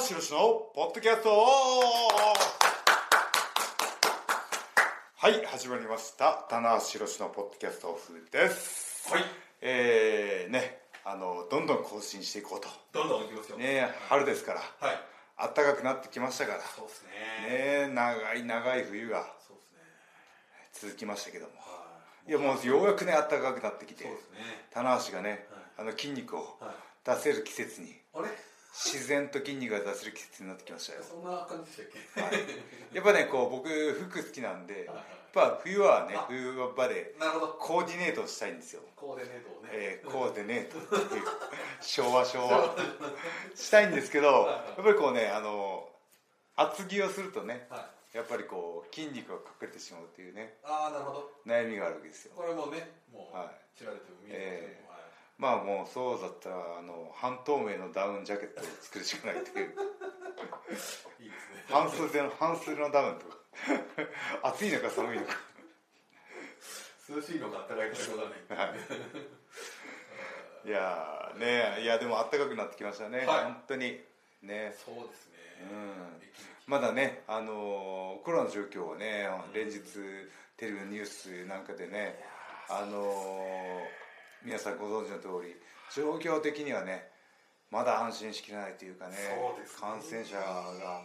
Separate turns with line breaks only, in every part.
しろしのポッドキャストはい始まりました棚橋宏のポッドキャスト風です
はい
えー、ねあのどんどん更新していこうと
どんどんいきますよ、
ね春ですから
はい
暖かくなってきましたからね
そうですね
長い長い冬が
そうですね
続きましたけども
はい
いやもうようやくね暖かくなってきて
そうですね
棚橋がね、あの筋肉を
はい
出せる季節に
あれ
自然と筋肉が出せる季節になってきましたよ
そんな感じでしたっ
はいやっぱねこう僕服好きなんでや
はい
っぱ冬はね
あ
冬場で
けなるほど
コーディネートしたいんですよ、
コーディネートをね、
えー、コーディネートっていう昭和昭和したいんですけどやっぱりこうねあの厚着をするとね
はい
やっぱりこう筋肉が隠れてしまうっていうね
ああなるほど
悩みがあるわけですよ
これもねもう、
は
知られても見えても、
まあもうそうだったらあの半透明のダウンジャケットを作るしかないってい う
はい、いいですね
半袖の半袖のダウンとか 暑いのか寒いのか
涼しいのかあったかいのかしょうがない
はい、いやーねいやでも暖かくなってきましたね、
はい
本当にね
そうですね
うん
息抜き
まだねあのーコロナの状況はね連日テレビのニュースなんかでねあのー皆さんご存知の通り状況的にはねまだ安心しきらないというかね
そうですね
感染者が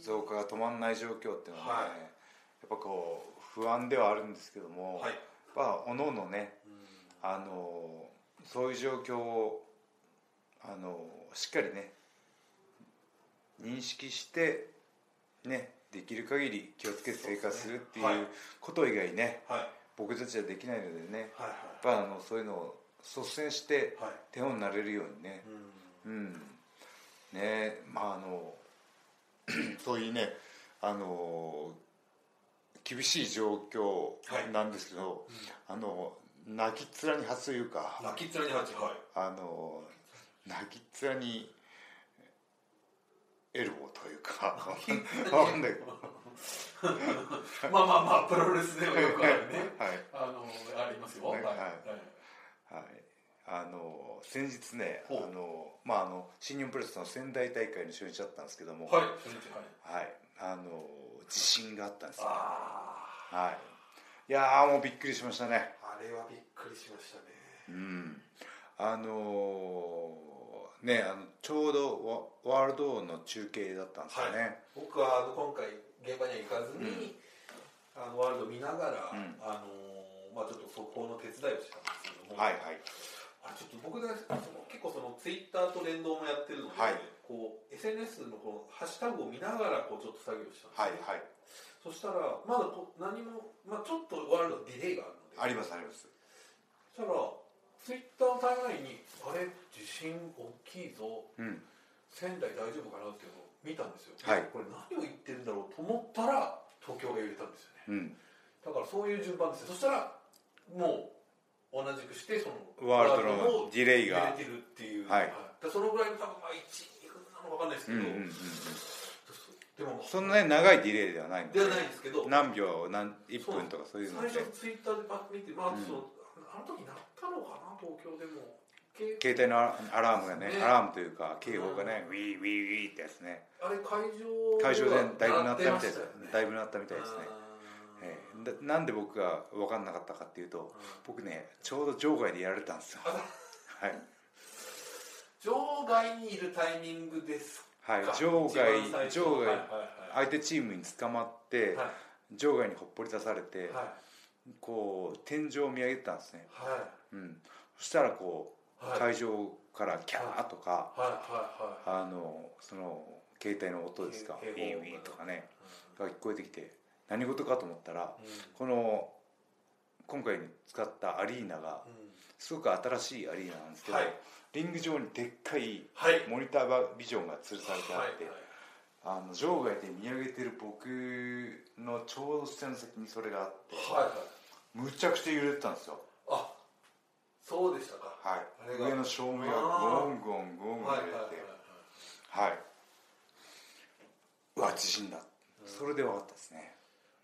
増加が止まらない状況っていうのはね、
はい
やっぱこう不安ではあるんですけども、
はい
まあおのおのね
うん
あのそういう状況をあのしっかりね認識してねできる限り気をつけて生活するってい
そうです
う
ねはい
こと以外ね
はい
僕たちはできないのでね
はい
やっぱあのそういうのを率先して
はいはい
手本になれるようにね
うん
うんねまああの そういうねあの厳しい状況なんですけど、あの泣きっ面に発というか
泣きっ面に入っちゃうはい
あの泣きっ面にエルボーという かわかんないけど
まあまあまあプロレスではよくあるね
はい、
あのありますよ
ねはい
はい
はい、あの先日ねあ
ほう
の、まあ、あの新日本プロレスの仙台大会の初日だったんですけども、
はい、
はい
初日はい。
あの地震があったんですよ
あ
はい、いやーもうびっくりしましたね
あ、あれはびっくりしましたね。
うんあのーねあのちょうどワワールドの中継だったんですよね、
僕はあの今回現場には行かずに、あのワールド見ながら、
うん
あのーまあちょっと速報の手伝いをしたんですけども、
はいはい
あれちょっと僕ねその結構そのツイッターと連動もやってるので、
はい
こう SNS のこのハッシュタグを見ながらこうちょっと作業した
はい
んです、ね
はい
そしたらまだこう何もまあちょっとワールドディレイがあるので、
ありますあります
そしたらツイッターのタイムラインにあれ地震大きいぞ。
うん
仙台大丈夫かなっていうのを見たんですよ、
はい
これ何を言ってるんだろうと思ったら東京が揺れたんですよね
うん
だからそういう順番ですよそしたらもう同じくしてその
ワールドの
ワールドの
ディレイ
揺
が
れてるっていう、
はい
だからそのぐらいの多分まあ12分なのか分かんないです
うん
け
う
ど、
んうんうん
でも
そんなに長いディレイではないの
ではないですけど
何秒何1分とかそういうの
最
で
初ツイッターでパッと見てまあ
うん
その、あの時なったのかな東京でも
携
け
帯のアラアラームがね
ね
アラームというか警報がねウィーウィーウィーってやつね
あれ会
会場
場
で
は
だいぶなったみ
鳴
たいです
よ
だいぶなったみたいですね
あー
ええだなんで僕が分かんなかったかっていうと僕ねちょうど場外でやられたんですよはい
場外にいるタイミングです
はい場
か一番最
外
初
場
はいはい
外相手チームに捕まって
はい
場外にほっぽり出されて
はい
こう天井を見上げてたんですね
はい
うんそしたらこ
は
う
い
会場からキャーとか
はいはいはい
あのその携帯の音ですかウ
警
ィ
警報
ーウィーとかねが聞こえてきて何事かと思ったら
うん
この今回使ったアリーナが
うん
すごく新しいアリーナなんですけど、
はい
リング上にでっかい
はい
モニタービジョンが吊るされてあって、
はい
あの場外で見上げてる僕のちょうど下の先にそれがあって
はいはい
むちゃくちゃ揺れてたんですよ、
あそうでしたか
は
あれ
い、
が
上の照明がゴンゴンゴンゴン
はい
揺れ
はい
て
はい
はい、うわ地震だ、それで分かったですね、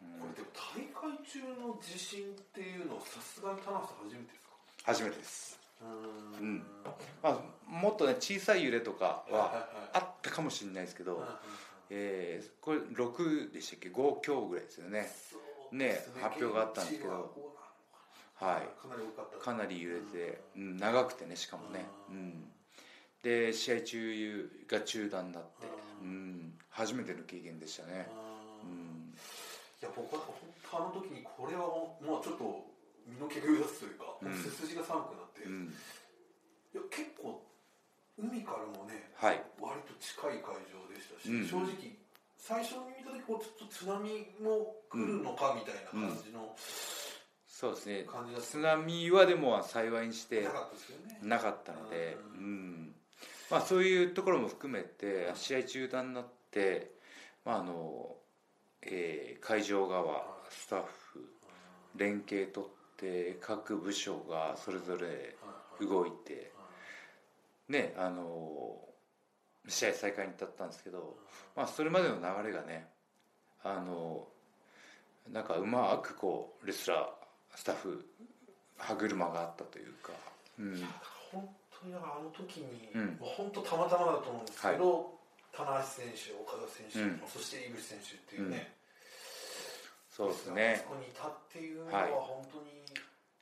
うん
これでも大会中の地震っていうのはさすがに田中さん初めてですか
初めてです
う
うんまあ、もっとね小さい揺れとかはあったかもしれないですけど、えーこれ6でしたっけ5強ぐらいですよねね発表があったんですけどはい
かなり多かった
かなり揺れて、うん、長くてねしかもね、うん、で試合中が中断になって、うん、初めての経験でしたね、う
うん
ん、
いや僕は本当あの時にこれはもう、まあ、ちょっと身の毛が揺らすというか、
うん
背筋が寒くなって、
う
い
ん、
や結構海からもね
はい
割と近い会場でしたし、
うん
正直最初に見た時こうちょっと津波も来るのかみたいな感じの
そうですね
感じだった
津波はでも幸いにして
なかったですよね、
なかったので、
う
うんんまあ、そういうところも含めて試合中断になって、まああのえー会場側スタッフ連携取って各部署がそれぞれ
はいはい
動いて、ね、あの試合再開に至ったんですけど、まあ、それまでの流れがねあのなんかうまくこうレスラースタッフ歯車があったというか。うん
本当にだからあの時に、
うん
まあ本当たまたまだと思うんですけど、棚橋選手、岡田選手、
うん
そして井口選手っていうね、
そうですね
あそこにいたっていうのは
はい
本当に、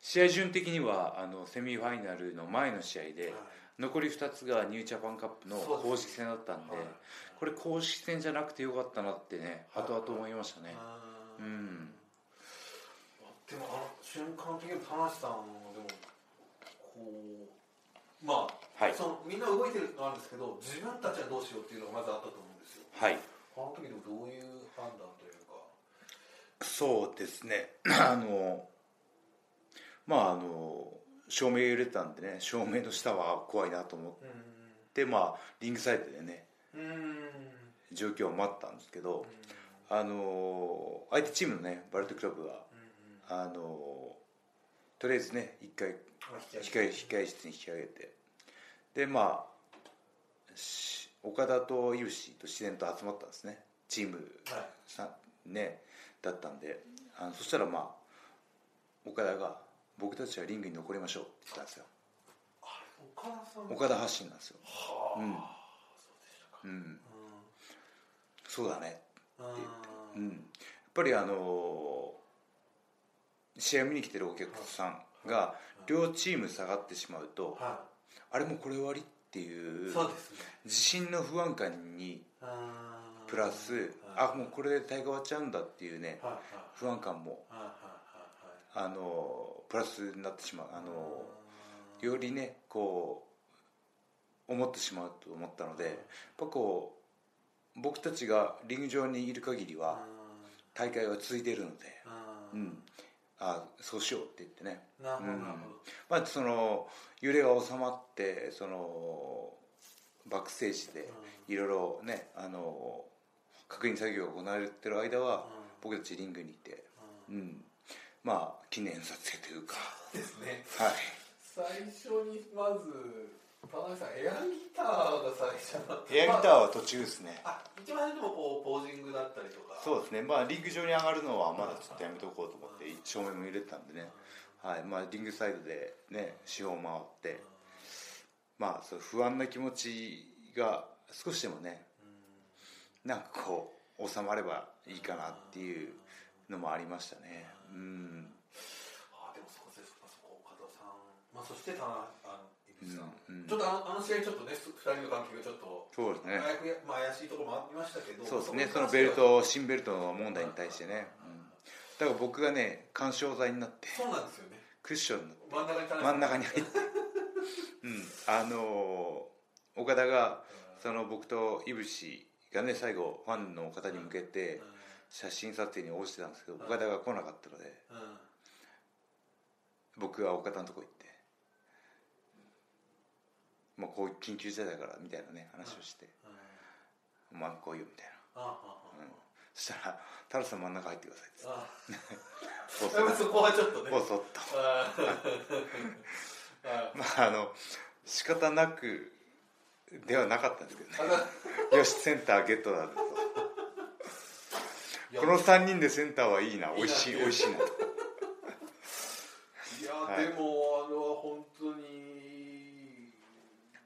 試合順的にはあのセミファイナルの前の試合で
はい
残り2つがニュージャパンカップの
そうですね
公式戦だったんで
はい
これ公式戦じゃなくてよかったなってね
はい
後々思いましたね
うー
うん
でもあの瞬間的に田無さんもでもこうまあ、
はい
そのみんな動いてるのはあるんですけど自分たちはどうしようっていうのがまずあったと思うんですよ
はい
あの時でもどういう判断というか
そうですねあのまああの照明揺れたんでね照明の下は怖いなと思っ
うん
てまあリングサイドでね
うん
状況を待ったんですけどあの相手チームのねバルトクラブはあのとりあえずね一回控え控え室に引き上げてでまあし岡田と井口と自然と集まったんですねチーム
はい
さねだったんであのそしたらまあ岡田が「僕たちはリングに残りましょう」って言ったんですよ
あれ岡田さん
岡田発信なんですよ
はあ、
うん
そうでしたか
うん
う
そうだねう
ん
んやっぱりあの試合見に来てるお客さんが両チーム下がってしまうと
は
あれもうこれ終わりってい
いうそうですね
地震の不安感に
うん
プラス
はい
あもうこれで大会終わっちゃうんだっていうね
はいはい
不安感も
はいはいはいはい
あのプラスになってしまうあの
うん
よりねこう思ってしまうと思ったのでやっぱこう僕たちがリング上にいる限りは大会は続いているので、
うん
うん、あそうしようって言ってね、
なるほど
うん
なるほ
まあ、その揺れが収まってそのバックステージでいろいろねあの確認作業が行われてる間は
どうん
僕たちリングにいて、
う
うんん、まあ記念撮影というか、
ですね
はい、
最初にまず田中さんエアギターが最初だった
ターは途中ですね、
まああ一番最初でもこうポージングだったりとか
そうですね、まあ、リング上に上がるのはまだちょっとやめとこうと思って、照明も入れてたんでね、はいまあ、リングサイドで、ね、四方回って、まあ、そう不安な気持ちが少しでもね、なんかこう、収まればいいかなっていうのもありましたね。うん
あでもそうですかそこ岡田さんまあそして田中あの井口さん
うんうん
ちょっとあのあの試合ちょっとねす二人の関係がちょっと
そうですね
危うくまあ怪しいところもありましたけど
そうですね、そ
こ
の
に関して
ベル
は
ト、新ベルトの問題に対してね、うんだから僕がね、緩衝材になって、
そうなんですよね
クッションになって、
真ん中に田中
真
さ
ん中に 入って、うん、あのー岡田が、その僕と井渕がね、最後、ファンの方に向けて、写真撮影に応じてたんですけど、岡田が来なかったので、
うんうん
僕は岡田のとこ行って、もうこういう緊急事態だからみたいなね、話をして、
うん
まあ、こういうみたいな。
ああああ
うんそしたら、タラさん真ん中入ってくださいって
あ
そう
あやっぱそこはちょっとね
ボソッと
あああ
まああの仕方なくではなかったんですけ
あ
どねよしセンターゲットだと
いや
この3人でセンターはいいな美味しい
いいな
美味しいなと
いや、
はい
でもあれは本当に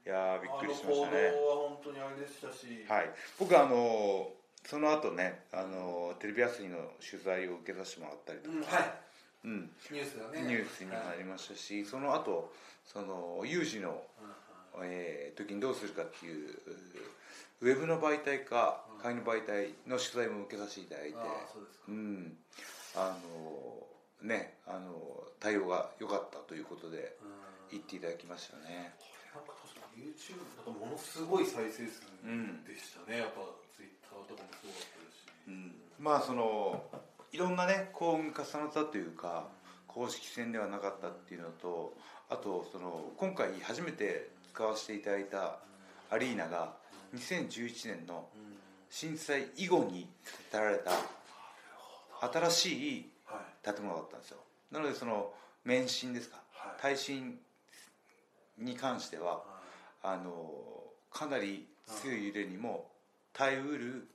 り
の
し
行
まし
動
たね
は本当にあれでしたし、
はい、僕あのその後ねあのテレビ朝日の取材を受けさせてもらったりと
うん、は
か、
い、
うん
ニュースだね。
ニュースにも
は
ないりましたし、その後その有事の、えー時にどうするかっていうウェブの媒体か
うん
会の媒体の取材も受けさせていただいて
ああ、そうですか。
うんあのねあの対応が良かったということで
うん
言っていただきましたね
なんか確かに YouTube とかものすごい再生数
うん
でしたね、やっぱ Twitter とかもそうだったですし、
うんまあそのいろんなね幸運が重なったというか公式戦ではなかったっていうのとあとその今回初めて使わせていただいたアリーナが2011年の
うん
震災以後に建てられた新しい
はい、
建物だったんですよなのでその免震ですか
はい
耐震に関しては
は
あのかなり強い揺れにも耐えうる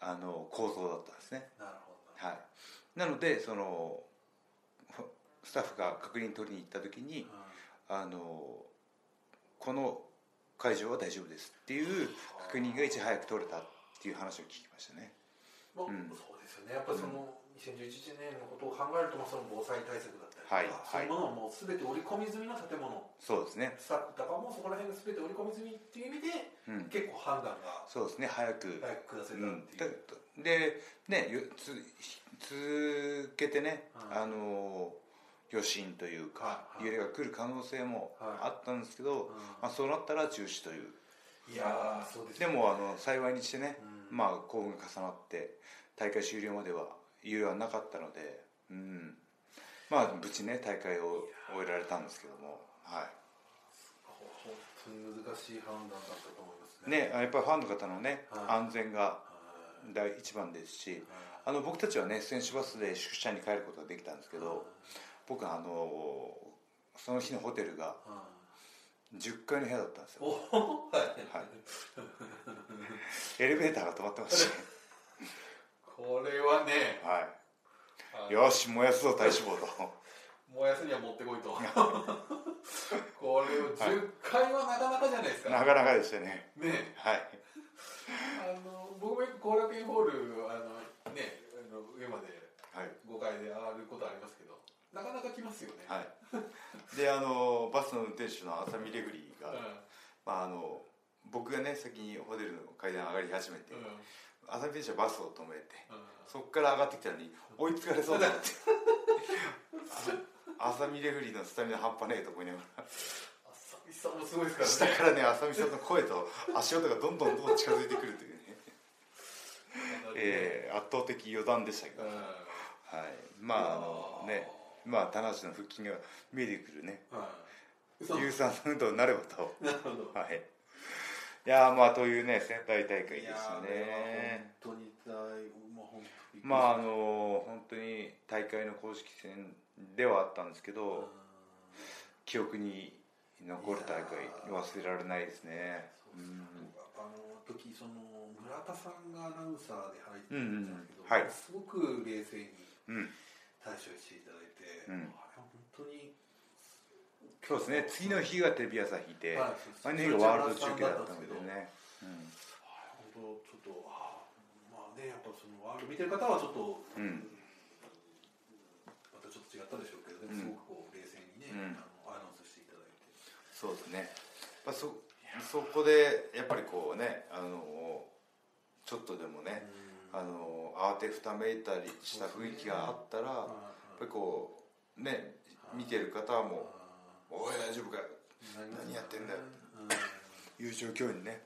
あの構造だったんですね
い、なるほどな。
はい、なのでそのほスタッフが確認取りに行った時に
うん
あのこの会場は大丈夫ですっていう確認がいち早く取れたっていう話を聞きましたね
まあ
うん
そうですよねやっぱりその2011年のことを考えると、まあ、その防災対策だったりとか、
はいはい
そういうものをもう全て織り込み済みの建物
そうですね、
スタッフとかもそこら辺が全て織り込み済みっていう意味で
うん、
結構判断が
そうですね早く、
早く下せた
う
っ
ん
ていう、うん、、
だでねよつ続けてね、
は
あ
い
の余震というか
はい
揺れが来る可能性もあったんですけど、まあ、そうなったら中止という
いやーそうです
で
ね
もあの幸いにしてね、
うん
まあ幸運が重なって大会終了までは揺れはなかったので、うん、まあ無事ね大会を終えられたんですけども、は
ほ本当に難しい判断だったと思いま
い、
すね
ねやっぱりファンの方のね、
はい
安全が
はい
第一番ですし
はい
あの僕たちはね選手バスで宿舎に帰ることができたんですけど僕はあのその日のホテルが
はい
10階の部屋だったんですよ
おおはい
はいエレベーターが止まってまし
これはね
た、は
あ
い、
の
よし燃やすぞ体脂肪 と
燃やすには持ってこいとこれを10回はなかなかじゃないですか、
なかなかでしたね
ねえ
はい
あの僕もよく後楽園ホールあのねあの上まで
はい
5階で上がることありますけどなかなか来ますよね、
はい、であのバスの運転手の浅見レグリーが、
う
まあ、あの僕がね先にホテルの階段上がり始めて、
んうん
浅見選手はバスを止めて
う
そこから上がってきたのに追いつかれそうだって あ浅見レグリーのスタミナ半端ねえと思いながら
ん、さんもすごいです
下
からね
からね浅見さんの声と足音がどんどんどんどん近づいてくるというね、えー圧倒的余談でしたけど、
うん
はい、まああのねまあ田無の腹筋が見えてくるね
うんそう
有酸素運動になればと。
なるほど
はい。いやーまあというね仙台大会で
い
す
やーあれは
ね。
本当に大まあ本当に
まああのー本当に大会の公式戦ではあったんですけ
うん
ど、記憶に残る大会
いやー
忘れられないですね。
そうそうあの時その村田さんがアナウンサーで入ってたんですけ
う
ど、
んうんはい
すごく冷静に
うん。うん。
対処していただいて、
うん
あれは本当に
そうですね。次の日がテレビ朝日で、
はい
前の日がワールド中継だったのでね。
あれ本当ちょっとあーまあねやっぱそのワールド見てる方はちょっと、
うん
またちょっと違ったでしょうけどでも
うん
すごくこう冷静にね、
うん
あのアナウンスしていただいて、
そうですね。まあそそこでやっぱりこうねあのーちょっとでもね、
うん
あのー慌てふためいたりした雰囲気があったら。
あ
やっぱりこうね見てる方はもう「おい大丈夫か?」
ーなりますね
何やってんだよ
うん
いう状況にね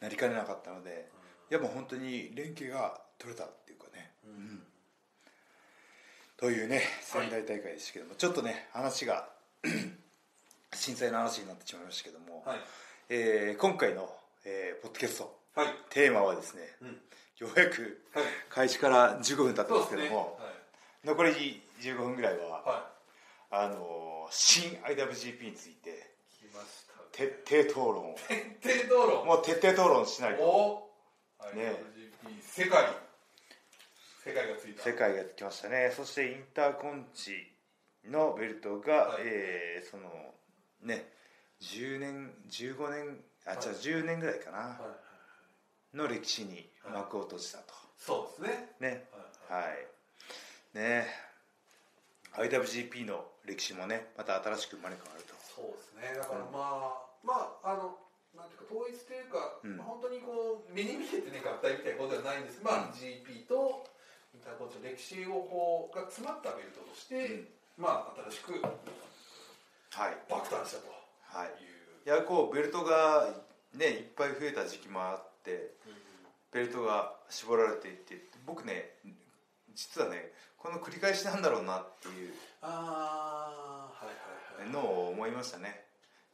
なりかねなかったのでいやもう本当に連携が取れたっていうかね、
うん
うんというね仙台大会でしたけども、ちょっとね話が 震災の話になってしまいましたけども、
はい
えー今回の、えーポッドキャスト
はい、
テーマはですね
うん
ようやく
はい、
開始から15分経って
そ
ま
うですす
け
ね
ども、
はい
残り15分ぐらいは、
は
あのー新 IWGP について
い来ましたね
徹底討論を
徹底討論
もう徹底討論しないと
お
ね
IWGP 世界世界がついた
世界が来ましたねそしてインターコンチのベルトが、
はい
えーそのね10年15年あ
はい
じゃあ10年ぐらいかな
はいはい
の歴史に幕を閉じたと
そうですね
ね
はいはい
はいね IWGP の歴史もねまた新しく生まれ変わると
そうですねだからまあ、まああのなんていうか統一というか、
うん
まあ本当にこう目に見えてね合体みたいなことではないんですまあ、GP とインターコンチの歴史をこうが詰まったベルトとして、まあ新しく
はい
爆誕したと
はい
いう、
いやこうベルトがねいっぱい増えた時期もあってベルトが絞られていって僕ね実はねこの繰り返しなんだろうなっていう
ああはいはいはい
のを思いましたね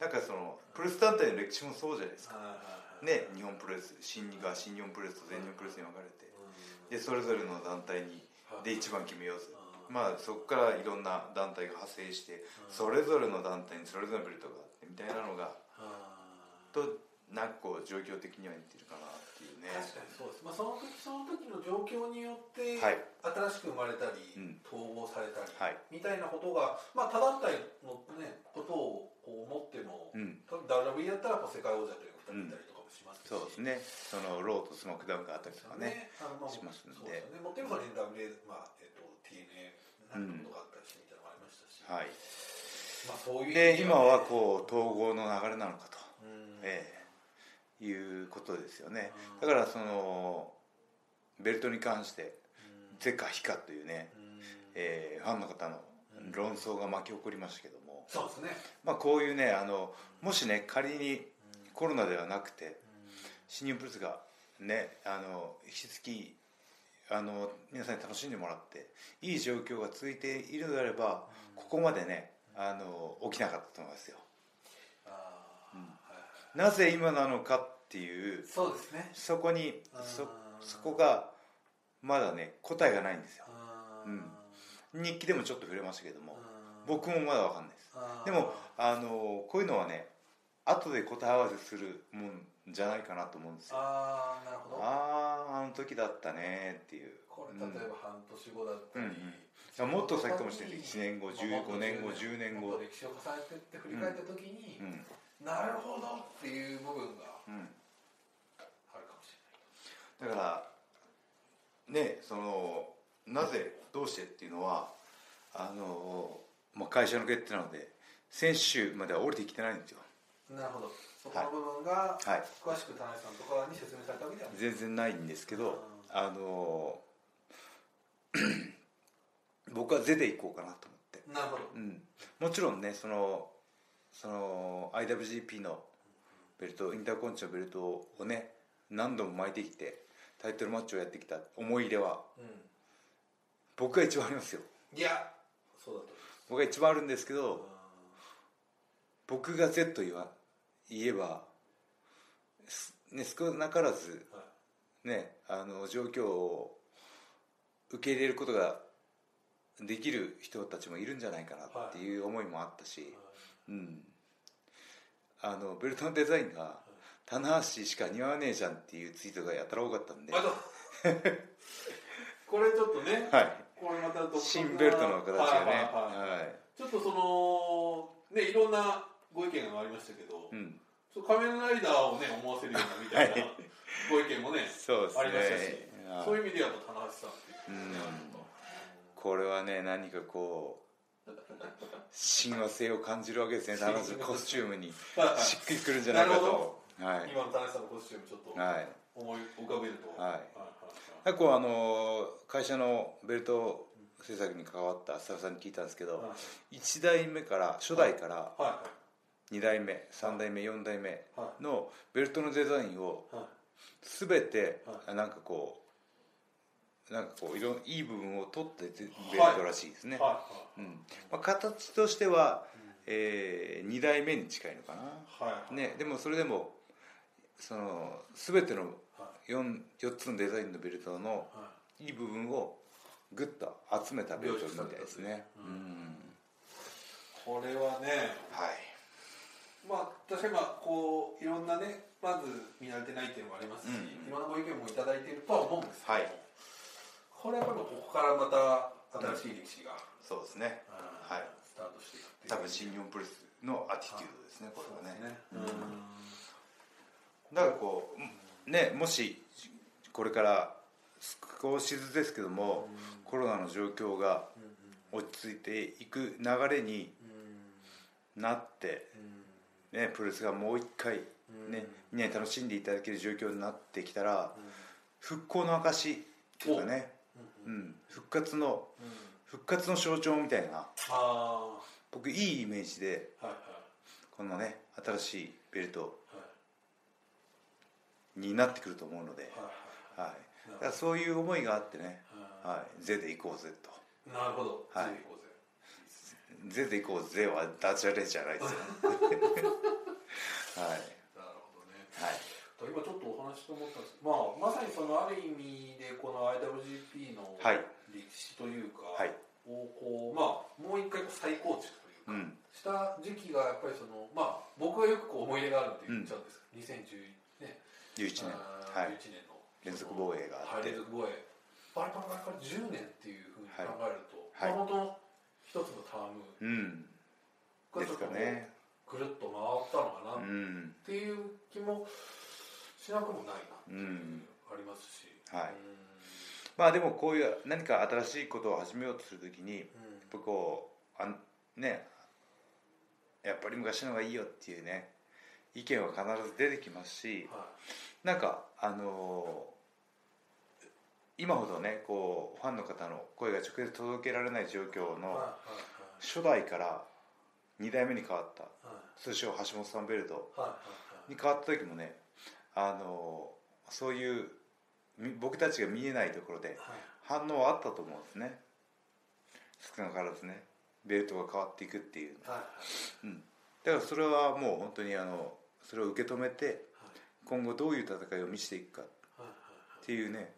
なんかそのプロレス団体の歴史もそうじゃないですか
はいはいはい
ね日本プロレス新日が新日本プロレスと全日本プロレスに分かれてでそれぞれの団体にで一番決めようぜ
うん
まあそこからいろんな団体が派生してそれぞれの団体にそれぞれのベルトがあってみたいなのが
あー
となんかこう状況的には似てるかなっていうね
確かにそうです、まあ、その時その時の状況によって、
はい
新しく生まれたり、
うん
統合されたり、
はい
みたいなことが、まあ、他団体の、ね、ことをこう思っても、
うん
多分 WWE だったらこう世界王者というのが2人いたりとかもしますし、
そうですねそのローとスマックダウンがあったりとかね
あのまあ
しますんで
そうですよね、もっと言えば WWE、まあえっと TNA なんかことがあったりしてみたいなのもありましたし、
はい
まあ、そういう意
で
味
今は
う、
こう統合の流れなのかと、
うん
ええいうことですよね
う
だからそのベルトに関して「是か非か」というね、
うん
ええファンの方の論争が巻き起こりましたけども、
そうですね、
まあ、こういうねあのもしね仮にコロナではなくて新日本プロレスがねあの引き続きあの皆さんに楽しんでもらっていい状況が続いているのであればここまでねあの起きなかったと思いますよ
あーはいはい
なぜ今なのかっていう
そうですね
そこに
う
そ
ん
そこがまだね答えがないんですよ
あー
うん日記でもちょっと触れましたけども
うん
僕もまだ分かんないです
あー
でもあのこういうのはね後で答え合わせするもんじゃないかなと思うんですよ
あーなるほど
あああの時だったねっていう
これ
うん
例えば半年後だったり、
うんうんもっと先かもしれない1年後15年後10年
も
後
っと歴史を重ねてって振り返った時に、
うん
なるほどっていう部分が
うん
あるかもしれない
だからねそのなぜどうしてっていうのはあの、まあ、会社の決定なので選手までは降りてきてないんですよ
なるほどそこの部分が
はい
詳しく田中さんとかに説明されたわけではない、
全然ないんですけどあの 僕は「是」でいこうかなと思って、
なるほど
うん、もちろんねそのその IWGP のベルトインターコンチのベルトをね何度も巻いてきてタイトルマッチをやってきた思い入れは
う
僕が一番ありますよ
んいやそうだと
僕が一番あるんですけ
思
ど
います
僕が Z と言わ言えば、すね、少なからず、
うんはい
ね、あの状況を受け入れることができる人たちもいるんじゃないかなっていう思いもあったし、うん、あのベルトのデザインが「棚橋しか似合わねえじゃん」っていうツイートがやたら多かったんで、
あ
は
と これちょっとね、
い、
これまた独特な
新ベルトの形がね、
はいはいはい
は
ちょっとそのねいろんなご意見がありましたけど、
いうん、
ちょっと仮面ライダーをね思わせるようなみたいな
はい
ご意見もね
そう
ありました
で
し
す、ね。はい
そういう意味ではやっぱ棚橋さんっていうね、
これはね何かこう親和性を感じるわけですね田中のコスチュームに
あの
しっくりくるんじゃないか
なる
とはい
今の棚橋さんのコスチュームちょっと
はい
思い浮かべると、
はい
はい
なんかこうあの会社のベルト制作に関わったスタッフさんに聞いたんですけ
はい
ど1代目から初代から
はい
2代目3代目4代目
は
のベルトのデザインを
いはい
全て
は
なんかこうなんかこういろんいい部分を取ってベルトらしいですね
は
うんまあ、形としては、え2代目に近いのか
いはいはい
な、ね、でもそれでもその全ての 4, 4つのデザインのベルトの
はい
い部分をグッと集めたベルトみたいですね、
う
うんん
これはね
はい
まあ、確かにまあこういろんなねまず見慣れてないっていうのもありますし、
うん
いろんなご意見もいただいているとは思うんですけど、
はい
これはやっぱりここからまた新しい歴史が、
そうですねはい
スタートしていくって
多
いう
分新日本プロレスのアティテュードですねこ
そう
れは
です
ねう
ねうんん
だからこうねもしこれから少しずつですけども、コロナの状況が落ち着いていく流れになって、ね、プロレスがもう一回、ね、みんなに楽しんでいただける状況になってきたら復興の証っていうかね、うん、復活の復活の象徴みたいな
ああ
僕いいイメージで
はいはい
このね新しいベルト
はい
になってくると思うので、は
はい
い、だからそういう思いがあってね、
は
はい、ゼで行こうぜと。
いなるほど
はい
ぜひ行こうぜ
ゼで行こうぜはダジャレじゃない ですよはい
なるほどね
はい
今ちょっとお話と思ったんですけど、まあ、まさにそのある意味でこの IWGP の
はい
歴史というか、
はい
をこう、まあ、もう一回こう再構築という
う
か、
ん
した時期がやっぱりその、まあ、僕はよくこう思い入れがあるって言っちゃうんですけど、2011ね、
11年
あー
はい
11年の
連続防衛があ
は
っ
い
て
連続防衛あれからあれから10年っていうふうに考えると、
はい
まあ、本当一つのターム
うん
が
で
ちょ
す
っと
か
こう
ね
ぐるっと回ったのかなっ
うん
っていう気もしなくもないなっていうう、
ん
ありますし、
はい
うん
まあでもこういう何か新しいことを始めようとするときにやっ
うん
ぱこうあんねやっぱり昔のがいいよっていうね意見は必ず出てきますし
は
なんかあのー今ほどねこうファンの方の声が直接届けられない状況
いはい
の
はい
初代から2代目に変わった
はい
通称橋本さんベルト
はい
に変わった時もねあのそういうみ僕たちが見えないところで
はいはい
反応はあったと思うんですね少なからずねベルトが変わっていくっていう
はいはいはい
だからそれはもう本当にあのそれを受け止めて
はい
今後どういう戦いを見せていくかっ
はいはい
ていうね、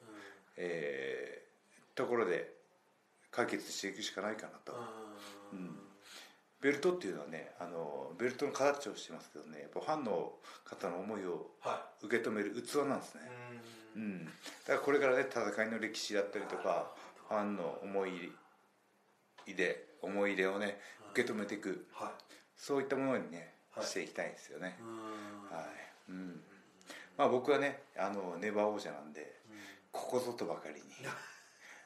えーところで解決していくしかないかなと
うんうん
ベルトっていうのはねあのベルトの形をしてますけどねやっぱファンの方の思いを
は
受け止める器なんですね
い、
う
うん
ん、だからこれからね戦いの歴史だったりとかファンの思い入れで思い入れをね受け止めていく
は
そういったものにね
はい
していきたいですよね
いうん
はい、うん、まあ僕はねあのネバー王者なんで
うん
ここぞとばか りに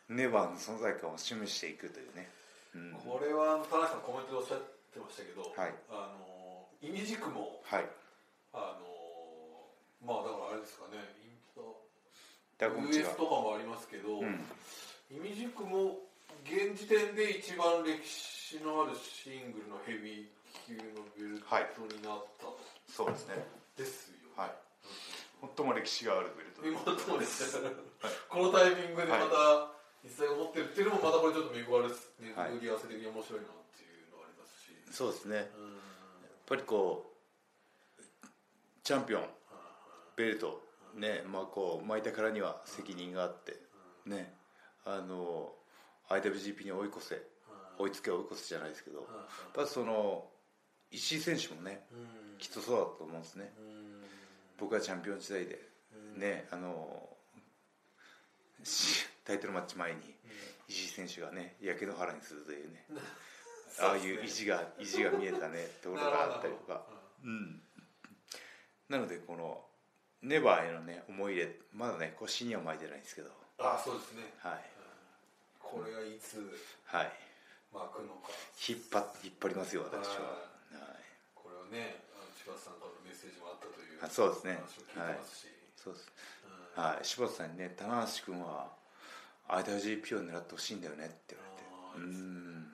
ネバーの存在感を示していくというね、うん、
これは田中さんコメントでおっしゃってましたけど、
はい
あの意味軸も
はい
あのーまあだからあれですかねイント
だからこっち
US
が
とかもありますけど、
うん
イミジクも現時点で一番歴史のあるシングルのヘビー級のベルトになったん
そうですね
ですよ、
はい最も歴史があるベルト
今のところですねこのタイミングでまた実際が持ってるっていうのもまたこれちょっと巡り合わせ巡り合わせ的に面白いなっていうのはありますし、
そうですねやっ
うん
ぱりこうチャンピオンベルトねまあこう巻いたからには責任があってねあの IWGP に追い越せ追いつけ追い越せじゃないですけどやっぱその石井選手もね
うん
きっとそうだったと思うんですね
うん
僕はチャンピオン時代でねあのしタイトルマッチ前に石井選手がねやけど腹にするというねああいう意地が意地が見えたねところがあったりとかうん、なのでこのネバーへのね思い入れまだね腰には巻いてないんですけど
あそうですね
はい
これがいつ
はい
巻くのか
引っ張っ引っ張りますよ私は
はい
は
これをねあの柴田さんからのメッセージもあったとい
い
う
あそうですね
話を聞い
はい
てますし、
そうです
うん
はい柴田さんにね棚橋君は IWGP を狙ってほしいんだよねって
あ
言わ
ー
れてう
うん
ん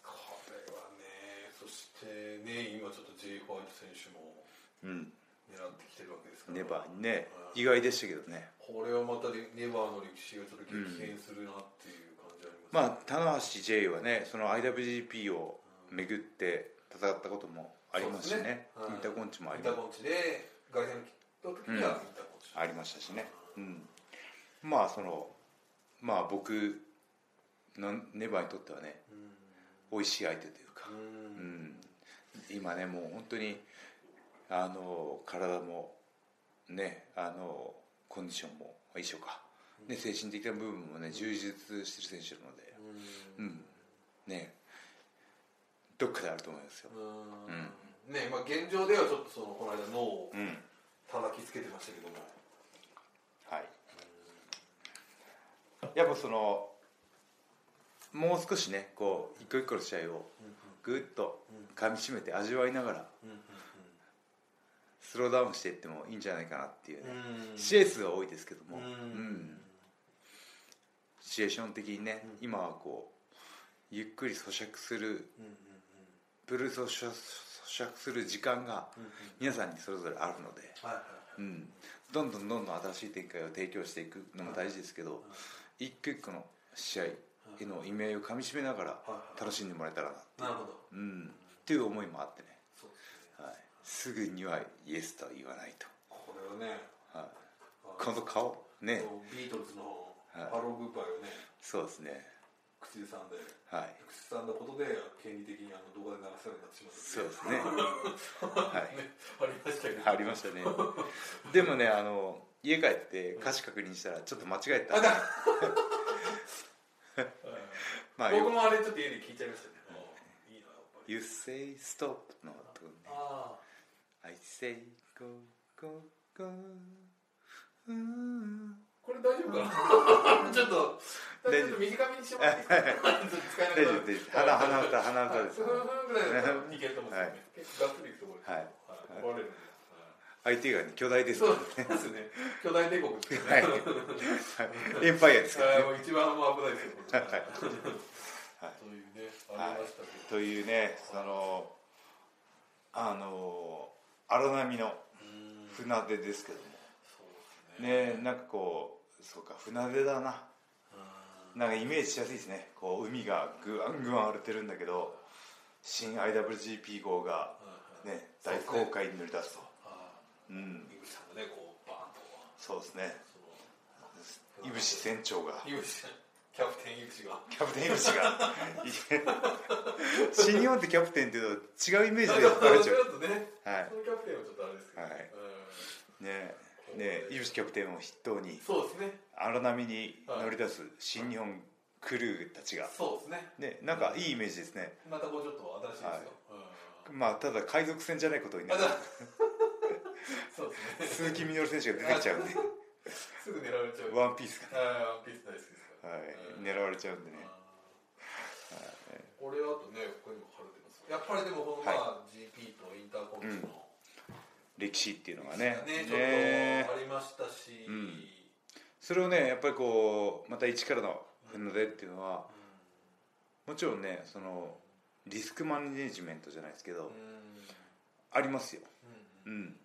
これはねそしてね今ちょっと J. ホワイト選手も
うん
狙ってきてるわけですから
ネバーにね
はい
意外でしたけどね
これはまたねネバーの歴史がちょっと激変するなっていう感じありますね、
まあ棚橋 J はねその IWGP を巡って戦ったこともありますし
そうです
ね
ねはい
インターコンチもあ
イン
り
タ
ま
ー
す
コンチで外線の時にはインターコンチ、
ありましたしね、うん、まあそのまあ僕のネバーにとってはね美味しい相手というか、
うん
うん、今ねもう本当にあの体もねあのコンディションも衣装か、ね、精神的な部分もね充実してる選手なので、
うん
うん、ねどっかであると思いますよ。
うーんねまあ、現状ではちょっとそのこの間脳を
うん、
叩きつけてましたけども、
はい。やっぱそのもう少しね、こう一個一個の試合をぐっと噛みしめて味わいながらスローダウンしていってもいいんじゃないかなっていうね。試合数は多いですけども、
うん
うんシチュエーション的にね、今はこうゆっくり咀嚼するブルースを咀嚼する時間が皆さんにそれぞれあるので、
はいはい
うん、どんどんどんどん新しい展開を提供していくのも大事ですけど、一個一個の試合への意味合いをかみしめながら
はい
楽しんでもらえたらな、
なるほど
うん、っていう思いもあってね、
そうですね
はい、すぐにはイエスとは言わない
これはね
と、はい、
あ
この顔ね
のビートルズの
はい
ハローグッバイをね
そうですね
口ずさんで
はい
口ずさんだことで権利的にあの動画で流せるようになってし
そう
ま
ですねはい
ねありましたけど、
ありましたねでもねあの家帰って歌詞確認したらちょっと間違えた
あだ
まあ
僕もあれちょっと家で聞いちゃいましたね、あいいなやっぱ
「
り
You say stop」のとこね
ああ
「I say go go go」うーん
これ大丈夫かな ちょっとち
大
ょっ
丈
と
夫
短めにしよう ちょっと使えな
大丈
くな
夫で
る
す鼻鼻歌鼻歌です
はいそのぐらいだったらいけると思うんですよね結構ガッツリいくところです
はい
はい壊れるんで
相手がね巨大です
そ
か
うですね巨大帝国ですよね
らはいはいエンパイアですから
はい
ね
もう一番もう危ないですよこれ
はい
というね
はい
ありましたけど
というねそのあの荒波の
うん
船出ですけども
そうですね
ねなんかこうそうか船出だな
うん
なんかイメージしやすいですねこう海がぐわんぐわん荒れてるんだけど新 IWGP 号がね
そう
大
ですね
航海に乗り出すと
ああ
うん
井口さんがねこうバーンと
そうですね
そ
井渕船長が
の井口さんキャプテン井口が
キャプテン井口が 新日本ってキャプテンっていうと違うイメージでバれちゃ
ちょ
う
っとね
はい
そのキャプテンはちょっとあれですけど、
はい
うん
ねね井渕キャプテンを筆頭に
そうですね
荒波に乗り出す新日本クルーたちが
そうです
ね
ね
なんかいいイメージですね
またこうちょっと新しいですよ、うん
まあただ海賊船じゃない ことにな
あ
る
じゃあ そうですね
鈴木みのる選手が出てきちゃ うんで
すぐ狙われちゃう
ワンピースが
あーワンピース大好きですから、
はい
うん、
狙われちゃうんでね
あー俺あとねここにも貼れてますやっぱりでもこの、まあ GP とインターコンチの、
歴史っていうのがね
ねちょ
ね
っとありましたし、
う
うんん
それをねやっぱりこうまた一からの船出っていうのはもちろんねそのリスクマネジメントじゃないですけど、
うん
ありますよ
う
うんん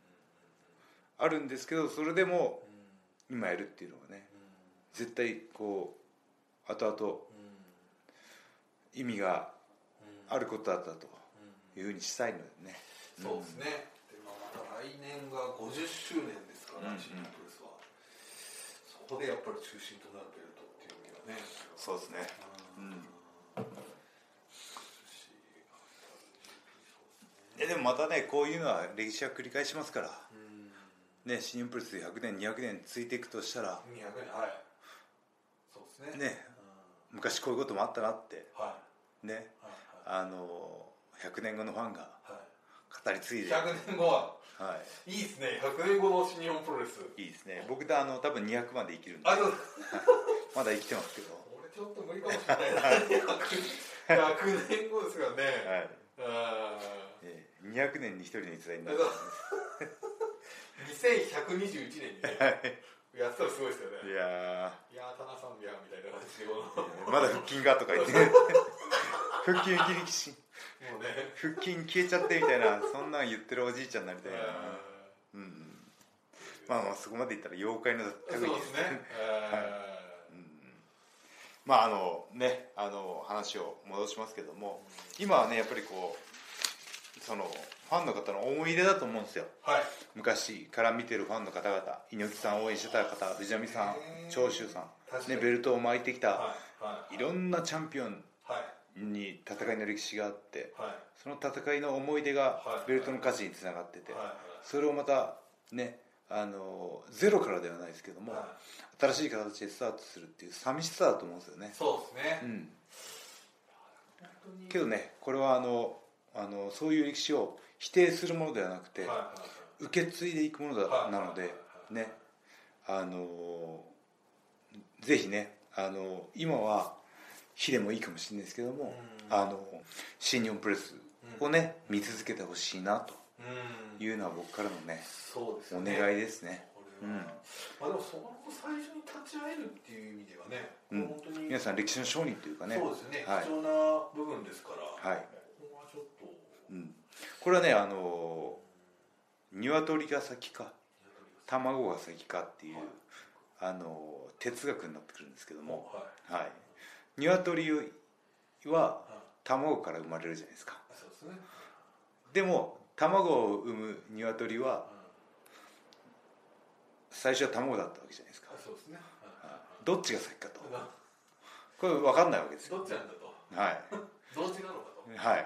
あるんですけどそれでも
うん
今やるっていうのはね
うん
絶対こう後々
う
意味が
んうん
あることだったと
う
いうふうにしたいのでね
んそうですね、でまあ、また来年が50周年ですから、
うんうん
新日本プロレスはそこでやっぱり中心となるベルトっていうのがね
そうですね
うん
うん
し
えでもまたねこういうのは歴史は繰り返しますから
うん
ね新日本プロレス100年200年ついていくとしたら
200円はいそうですね
ね
うん
昔こういうこともあったなって
はい
ね
はい
あの100年後のファンが
はい
語り継いで、は
はい100年後はいいいですね100年後の新日本プロレス
いいですね僕であの多分200まで生きるんで
あと
まだ生きてますけど
俺ちょっと無理かもしれないな100年後ですからね、
はい
あ
ええ200年に1人の逸材に
ー
な
あ
る
の2121年にね、やってたらすごいですよ
い
ね
や
いやー田中さんやみたいな感じでこの
ーまだ腹筋がとか 言って腹筋切りし
もうね
腹筋消えちゃってみたいなそんなん言ってるおじいちゃんになりたいな
あ
うんうんまあまあそこまでいったら妖怪の
ーそう
類
ですねあー
まああのねあの話を戻しますけども今はねやっぱりこうそのファンの方の思い入れだと思うんですよ
はい
昔から見てるファンの方々猪木さんを応援してた方藤波さん
へー
長州さ
確
ん、
か
ね、
に
ベルトを巻いてきた
はいはい
いろんなチャンピオン
はい
に戦いの歴史があって
はい
その戦いの思い出が
はい
ベルトの価値につながってて
はい
それをまたねあのゼロからではないですけども
はい
新しい形でスタートするっていう寂しさだと思うんですよね
そうですね
うん
本に
けどねこれはあのあのそういう歴史を否定するものではなくて、
はいはいはい
受け継いでいくものだ、
はい
なのでねあのぜひねあの今は火でもいいかもしれないですけども、
うん
あの新日本プロレスをね、見続けてほしいなと
うん
いうのは僕からのね
そうです
お
よね
願いですね
こ
う
れ
ん
はまあでもその最初に立ち会えるっていう意味ではね、
うん
本当に
皆さん歴史の商人というかね
そうですね、
はい
貴重な部分ですから、
はい
ここはちょっと
うん、これはねあの鶏が先か卵が先かっていう、
はい
あの哲学になってくるんですけども、
もうはい
はい、鶏は
はい
卵から生まれるじゃないですか
そうですね、
でも卵を産む鶏
うん
は
あ
最初は卵だったわけじゃないですか
そうですね、はい
はいどっちが先かと
だから
これ分かんないわけですよ
どっちなんだと
はい
同時なのかと
はい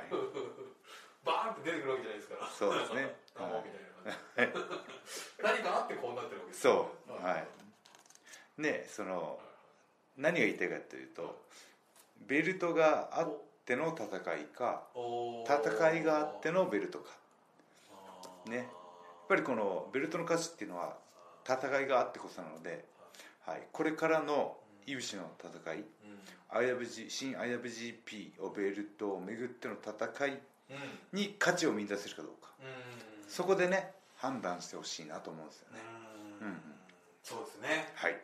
バーンって出てくるわけじゃないですから
そうですね
なんかみたいな感じ 何かあってこうなってるわけですよ
そうはいねその何が言いたいかというとベルトがあっての戦いか
おー
戦いがあってのベルトか
あー
ねやっやっぱりこのベルトの価値っていうのは戦いがあってこそなので、はい、これからのイブシの戦い
うん
IWG 新 IWGP をベルトをめぐっての戦い
うん
に価値を見出せるかどうか
うん
そこでね判断してほしいなと思うんですよ
う
ね
ん
うん
そうですね
はい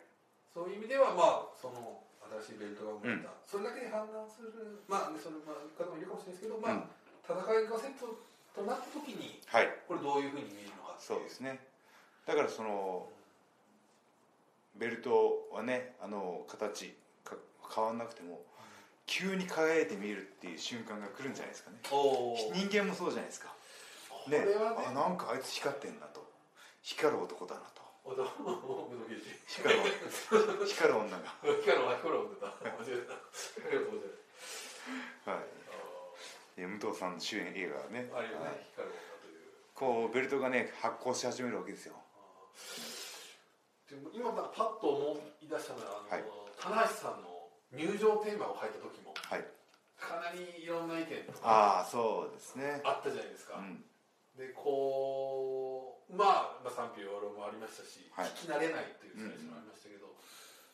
そういう意味ではまあその新しいベルトが生まれた、
う
それだけで判断するまあねそのまあ方もいるかもしれないですけど、まあ
うん
戦いがセットとなった時に
はい
これどういうふうに見えるのかって
そ
いう
ですねだからそのベルトはねあの形か変わんなくても急に輝いて見えるっていう瞬間が来るんじゃないですかね
おお
人間もそうじゃないですか
これ
ね
はね
あなんかあいつ光ってんなと光る男だなと
おどおどけし
光る女光る女
光るわ光るわ光るわ間違えた光るわ光る
がはいで武藤さんの主演映画はね
わあーあるよ
はい
ね光るわという
こうベルトがね発光し始めるわけですよ
でも今まだパッと思い出したのはあ
は
の、
い
棚橋さんの入場テーマを入った時も
はい
かなりいろんな意見とか
ああそうですね
あったじゃないですか、
うん
でこうまあ、まあ、賛否両論もありましたし、
はい
聞き慣れないという最初もありましたけど、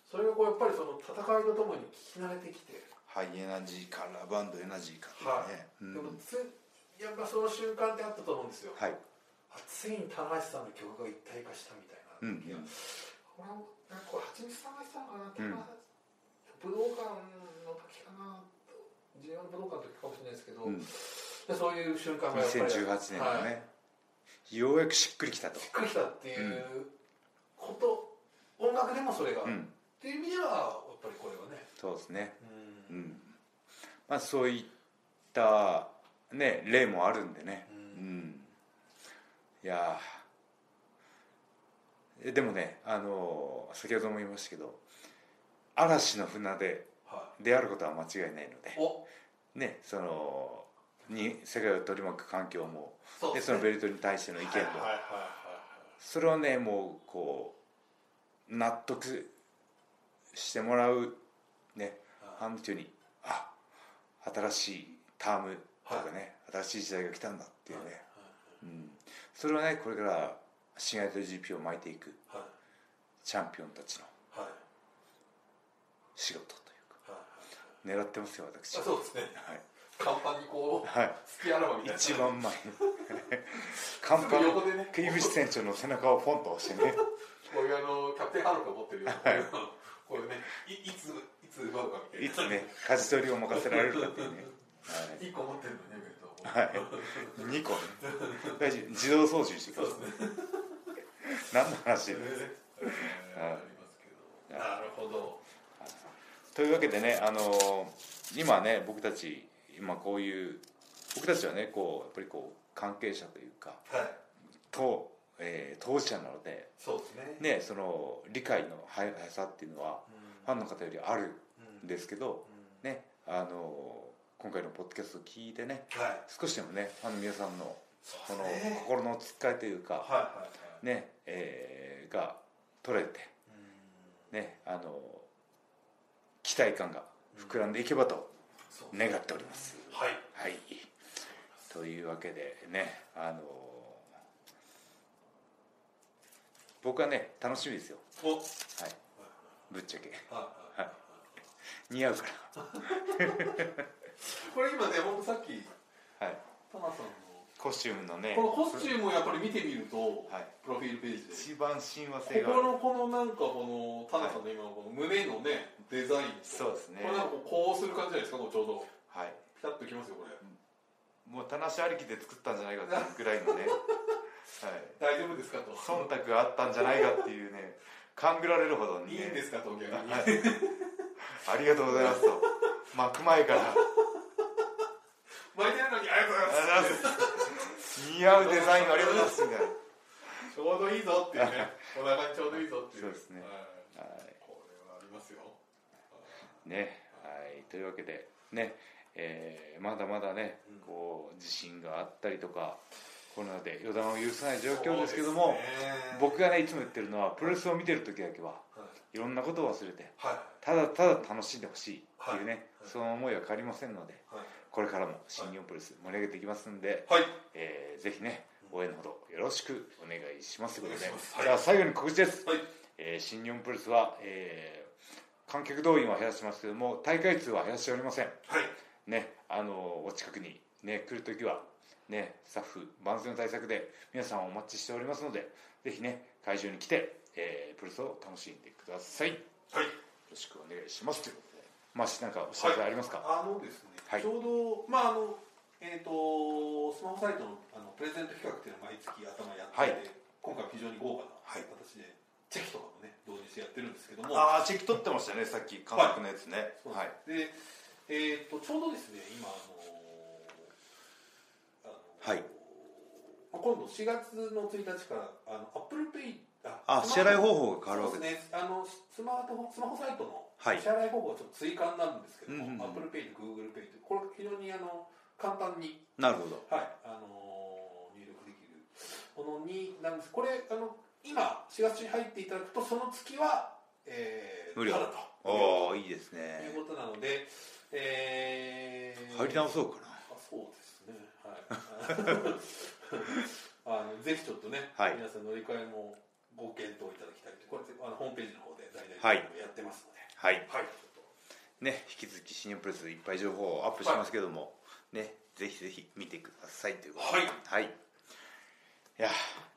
それがこうやっぱりその戦いとともに聞き慣れてきて、
ハイエナジーからバンドエナジーか
は
ら
い
ね、うん
でもつやっぱその瞬間ってあったと思うんですよ、
はい
あついに棚橋さんの曲が一体化したみたいな、
うん
いやこれはなんかこれ蜂蜜探したのか
う
な、
ん
棚橋武道館の時かな重要な武道館の時かもしれないですけど、
うん
でそういう瞬間がやっぱり
2018年の
はい
ね、ようやくしっくりきたと
しっくりきたっていうこと、音楽でもそれが、
う
っ
ん
ていう意味ではやっぱりこれはね
そうですね
う、
うんんまあそういったね例もあるんでね
うん
うんいやーえでもねあのー先ほども言いましたけど嵐の船出
は
であることは間違いないので
いお
ねそのに世界を取り巻く環境も
そう
で
で
そ
す
の
ね
ベルトに対しての意見も
はいはいはい
それをねもうこう納得してもらうね
はいは
あ
い
の人にあ新しいタームとかね、新しい時代が来たんだっていうね、うん、それはねこれから新 IWGP を巻いていく
はい
チャンピオンたちの
はいはい
仕事と
はい
いうか狙ってますよ私
あそうですね
はい、
甲板にこう
はい、
突きあらばみたいな
一番 前に看板
すぐ横でね
クイブシ船長の背中をポンと押して ね
こういうあのキャプテンハルクが持ってるようなこういうねいいついつ奪うかみたい
い
な
つね舵取りを任せられるかっていうね、
一個持ってるのねベルトを
はいはい、2個ね 大事自動操縦してく
そ
だ
う
さい
ですね
何の話
それ
だ
で
よ
ねありますけどなるほど
というわけでね、あのー今ね僕たち今こういう僕たちはねこうやっぱりこう関係者というか
はい
と、えー当事者なので、
そうですね
ね、その理解の速速さっていうのはファンの方よりあるん
うん
ですけど、
うん
ねあのー今回のポッドキャストを聞いてね
はい
少しでもねファンの皆さんの
そ
こ
う
の
ですね
心のつっかえという
はい
か、
はいはい
ねえーが取れて、
うん
ね、あのー期待感が膨らんでいけばと
そう
願っております。
はい
はいというわけでねあの僕はね楽しみですよ
お
はいぶっちゃけ
はいはい
似合うか
これ今ね僕さっき
らはい
タナさんの
コスチュームのね
このコスチュームをやっぱり見てみると
はい
プロフィールページで
一番親和性があ
こ
る
このこのなんかこのタナさんの今のこの胸のねデザイン
そうですね
これなんかこうこうする感じじゃないですかこうちょうど
はい
ピタッときますよこれ
もう棚橋ありきで作ったんじゃないかっていうぐらいのねはい
大丈夫ですかと
忖度があったんじゃないかっていうね勘ぐられるほど
い
に、
い
ね、
んですかと逆に
はいありがとうございますと巻く前からあ
巻いてるのにありがとうござい
りがとうございます似合うデザインありがとうございますみたいな
ますちょうどいいぞっていうねお腹にちょうどいいぞっていう
そうですね
は
は
いこれはありますよはい
ねはいというわけでねえーまだまだね
うん
こう地震があったりとかコロナで予断を許さない
い
状況ですけども、
そうですね
僕がねいつも言ってるのはプロレスを見てる時だけは
はい
いろんなことを忘れて
はい
ただただ楽しんでほしいっていうね、
はい
その思いは変わりませんのでこれからも新日本プロレス盛り上げていきますんで、
はい、はい
えーぜひね応援のほどよろしくお願いしますということで
お願いしますはい
じゃあ最後に告知です、
はい
えー新日本プロレスは、えー観客動員は減らしますけども大会数は減らしておりません
はい
ねあのお近くにね来るときはねスタッフ万全の対策で皆さんをお待ちしておりますのでぜひね会場に来て、えープロレスを楽しんでくださいよ
はい
ろしくお願いしますということでまあなんかお知らせありますか、
あのですね、
はい
ちょうどまああのえっ、とスマホサイトのあのプレゼント企画っていうのを毎月頭やってて、
はい
今回は非常に豪華な
はい
形で、チェキとかもね導入してやってるんですけども、
ああチェキ取ってましたねさっき韓国のやつね
そう
はい
でえっ、とちょうどですね今あのーあの
は
ー
い
まあ今度4月の1日からあのアップルペイ
あ支払い方法が変わるわけ
そう
で
ですねあのスマートフォンスマホサイトの
はい
支払い方法がちょっと追加になるんですけど
うんうんうん
も、アップルペイと Google ペイとこれ非常にあの簡単に、
すなるほど
はいあのー入力できるものになんですこれあの今4月に入っていただくとその月は、えー
無料
ただと
おおいいです
とい
ね
うことなので、えー、
入り直そうかな
あそうですねはい あのぜひちょっとね、
はい
皆さん乗り換えもご検討いただきたいとこれあのホームページの方で大々
はい
的にやってますので
はい
はい、
ね引き続き新日本プロレスいっぱい情報をアップしますけども、ねぜひぜひ見てくださいということではい、い、や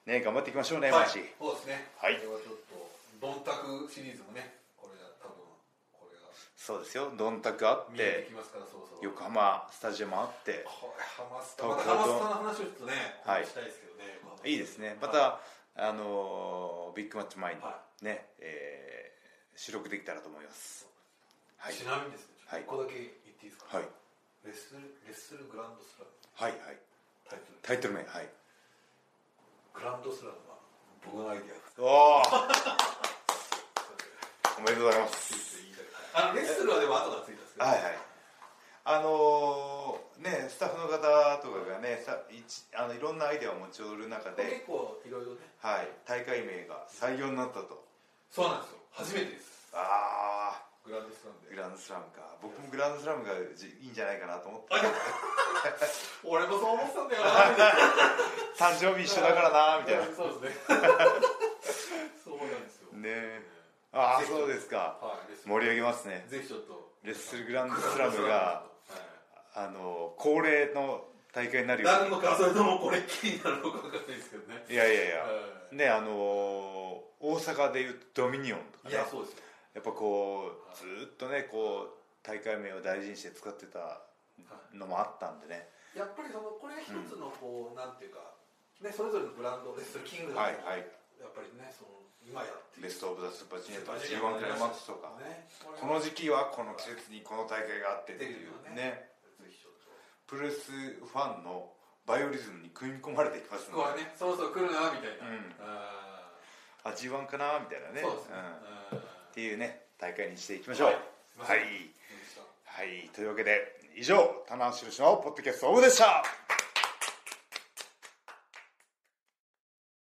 ーね頑張っていきましょうねマ
はい、
ジ
そうですね
はい
これはちょっとどんたくシリーズもねこれが多分これが
そうですよどんたくあっ
見えて
て
きますからそろそろ
横浜スタジアムあって
これハマスタま
東
た
京
ハ
ドー
マ
ム
スタの話をちょっとね、
はい
したいですけどねまあ
いいですねまた、あのービッグマッチ前に
は
ね、えー収録できたらと思いますはい
ちなみにですね、
はい
1個だけ言っていいですか、
はい
レッスルレッスルグランドスラム
はいはい
タイトル
タイトル名はい
グランドスラムは僕のアイディアです
おおおめでとうございます
あのレッスルはでも後がついたんですけど、
はいはいあのーねスタッフの方とかがねさいちあのいろんなアイデアを持ち寄る中で、
結構いろいろね
はい、大会名が採用になったと
そうなんですよ初めてです
ああ
グランドスラム
グ
で
ランドスラムか僕もグランドスラムがじいいんじゃないかなと思って
俺もそう思ってた
誕
んだよなみたいな
生日一緒だからなみたいなね
そうですねそうなんですよ、
えああそうですか
はいレッスル
盛り上げますね
ぜひちょっと
レッスルグランドスラムがあのー恒例の大会になる
グ
よ
ランドスラムはいなるのかそれともこれっきりになるのか分かんないですけどね
うにいやいやいや
は
ねあのー大阪でいうとドミニオンとか
いい
ね
やそうですよ
やっぱこうずーっとねこう大会名を大事にして使ってたのもあったんでね
やっぱりそのこれが一つのこう、なんていうか、ね、それぞれのブランドレッスルキングダム
はいはい
やっぱりねその今やって
ベスト・オブ・ザ・スーパージュニアとか
スーパー
g
ジ
1
ュニア
クライマッチとかこの時期は
ね
この季節にこの大会があってっていうね
ぜひちょっと
プロレスファンのバイオリズムに組み込まれていきます
ここは
ので
ねそろそろ来るなみたい
う
な、
ん
あ
あ g 1かなみたいな
ー
ね
そうですね、
んっ
うん
ていうね大会にしていきましょう
はい
はい
そうでした
はいというわけで以上棚橋宏のポッドキャストオブでした